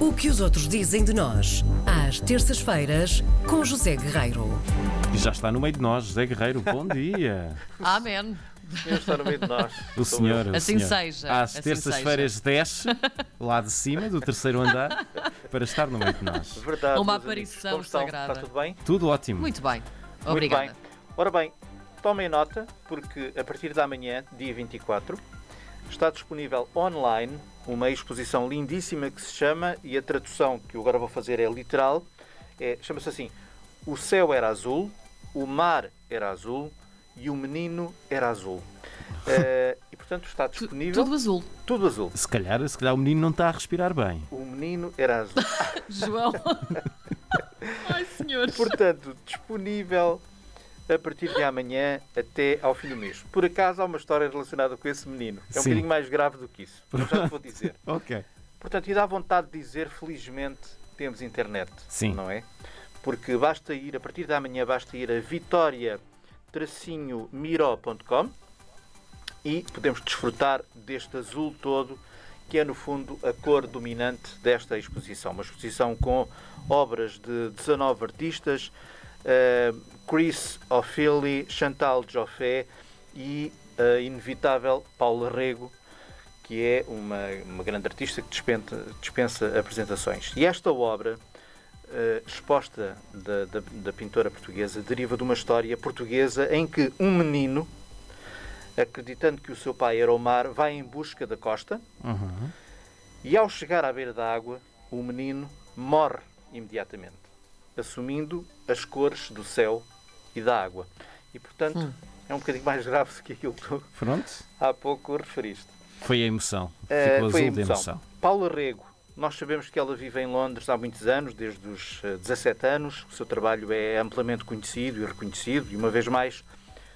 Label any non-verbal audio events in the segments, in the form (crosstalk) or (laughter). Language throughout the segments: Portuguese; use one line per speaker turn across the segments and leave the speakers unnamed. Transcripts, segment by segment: O que os outros dizem de nós, às terças-feiras, com José Guerreiro.
E já está no meio de nós, José Guerreiro. Bom dia.
Amém.
Deus está no meio de nós.
O senhor. o
Assim
senhor.
seja,
Às
assim
terças-feiras desce, lá de cima, do terceiro
(laughs)
andar, para estar no meio de nós.
É Verdade.
Uma
meus amigos.
aparição
Como estão?
sagrada.
Está tudo bem?
Tudo ótimo.
Muito bem.
Muito
Obrigada.
bem. Ora bem, tomem nota, porque a partir da manhã, dia 24, está disponível online uma exposição lindíssima que se chama, e a tradução que eu agora vou fazer é literal, é- chama-se assim, O Céu Era Azul, O Mar Era Azul e O Menino Era Azul.
(laughs)
Eh, e, portanto, está
Tu-
disponível
Tudo azul.
tudo azul.
Se calhar, se calhar o menino não está a respirar bem.
O Menino Era Azul.
João. Ai, senhores.
Portanto, disponível a partir de amanhã até ao fim do mês. Por acaso há uma história relacionada com esse menino. É um
Sim.
bocadinho mais grave do que isso. Eu já te vou
(laughs)
dizer.
Ok.
Portanto, e dá vontade de dizer, felizmente, temos internet.
Sim.
Não é? Porque basta ir, a partir da manhã, basta ir a vitória-miro.com e podemos desfrutar deste azul todo, que é, no fundo, a cor dominante desta exposição. Uma exposição com obras de 19 artistas, eh, Chris O'Philly, Chantal Joffé e a inevitável Paula Rego, que é uma, uma grande artista que dispenta- dispensa, apresentações. E esta obra, eh, exposta da, da- da pintora portuguesa, deriva de uma história portuguesa em que um menino, acreditando que o seu pai era o mar, vai em busca da costa
Uhum.
e, ao chegar à beira da água, o menino morre imediatamente, assumindo as cores do céu e da água. E, portanto, é um bocadinho mais grave do que aquilo que tu
Pronto.
há pouco referiste.
Foi a emoção. Ficou
Eh,
azul
foi a
de
emoção.
emoção.
Paula Rego, nós sabemos que ela vive em Londres há muitos anos, desde os eh, 17 anos. O seu trabalho é amplamente conhecido e reconhecido, e uma vez mais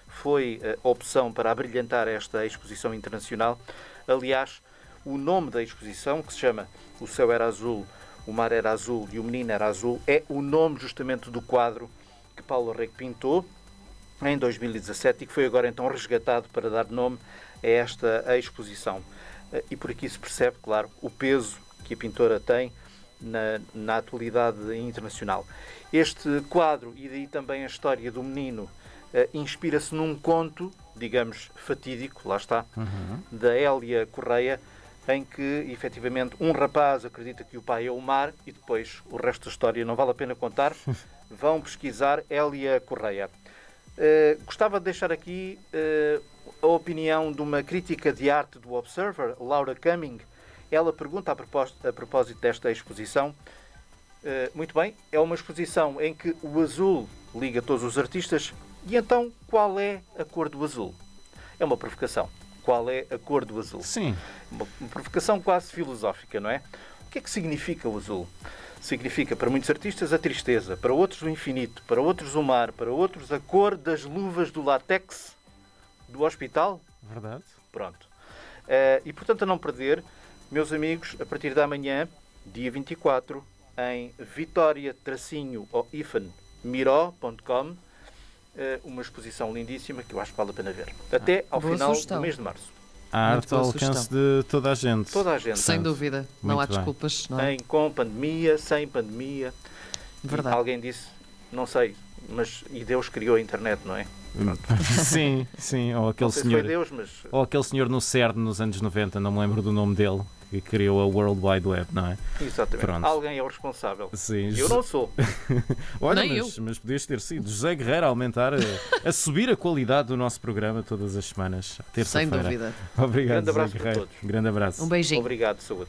foi eh, a opção para abrilhantar esta exposição internacional. Aliás, o nome da exposição, que se chama O Céu Era Azul, O Mar Era Azul e O Menino Era Azul, é o nome justamente do quadro que Paula Rego pintou em 2017 e que foi agora então resgatado para dar nome a esta exposição. Eh, E por aqui se percebe, claro, o peso que a pintora tem na, na atualidade internacional. Este quadro e daí também a história do menino eh, inspira-se num conto, digamos, fatídico, lá está, da Hélia Correia, em que efetivamente um rapaz acredita que o pai é o mar e depois o resto da história não vale a pena contar. Vão pesquisar Hélia Correia. Uh, gostava de deixar aqui uh, a opinião de uma crítica de arte do Observer, Laura Cumming. Ela pergunta a propós- a propósito, desta exposição. uh, muito bem, é uma exposição em que o azul liga todos os artistas. E então, qual é a cor do azul? É uma provocação. Qual é a cor do azul?
Sim.
Uma uma provocação quase filosófica, não é? O que é que significa o azul? Significa para muitos artistas a tristeza, para outros o infinito, para outros o mar, para outros a cor das luvas do látex do hospital.
Verdade.
Pronto. Eh, e portanto, a não perder, meus amigos, a partir da manhã, dia 24, em vitória-miro.com, eh, uma exposição lindíssima que eu acho que vale a pena ver. Até ao
Ah, Boa
final
sugestão.
do mês de março.
A
Muito
arte ao
boa
alcance
sugestão.
de toda a gente.
Toda a gente.
Sem dúvida. Não
Muito
há
bem.
desculpas. Não é?
Em, com pandemia, sem pandemia. E
Verdade.
alguém disse, não sei, mas e Deus criou a internet, não é?
(laughs) Sim, sim. Ou
Não
aquele
sei
senhor.
se foi Deus, mas
Ou aquele senhor no CERN nos anos 90, não me lembro do nome dele, que criou a World Wide Web, não é?
exatamente.
Pronto.
Alguém é o responsável.
Sim.
Eu não sou.
Olha,
Nem
mas, mas podias ter sido. José Guerreiro a aumentar, a, a subir a qualidade do nosso programa todas as semanas, à
Sem
terça-feira.
dúvida.
Obrigado,
Grande abraço
José
para
Guerreiro.
todos.
Grande abraço.
Um beijinho.
Obrigado, saúde.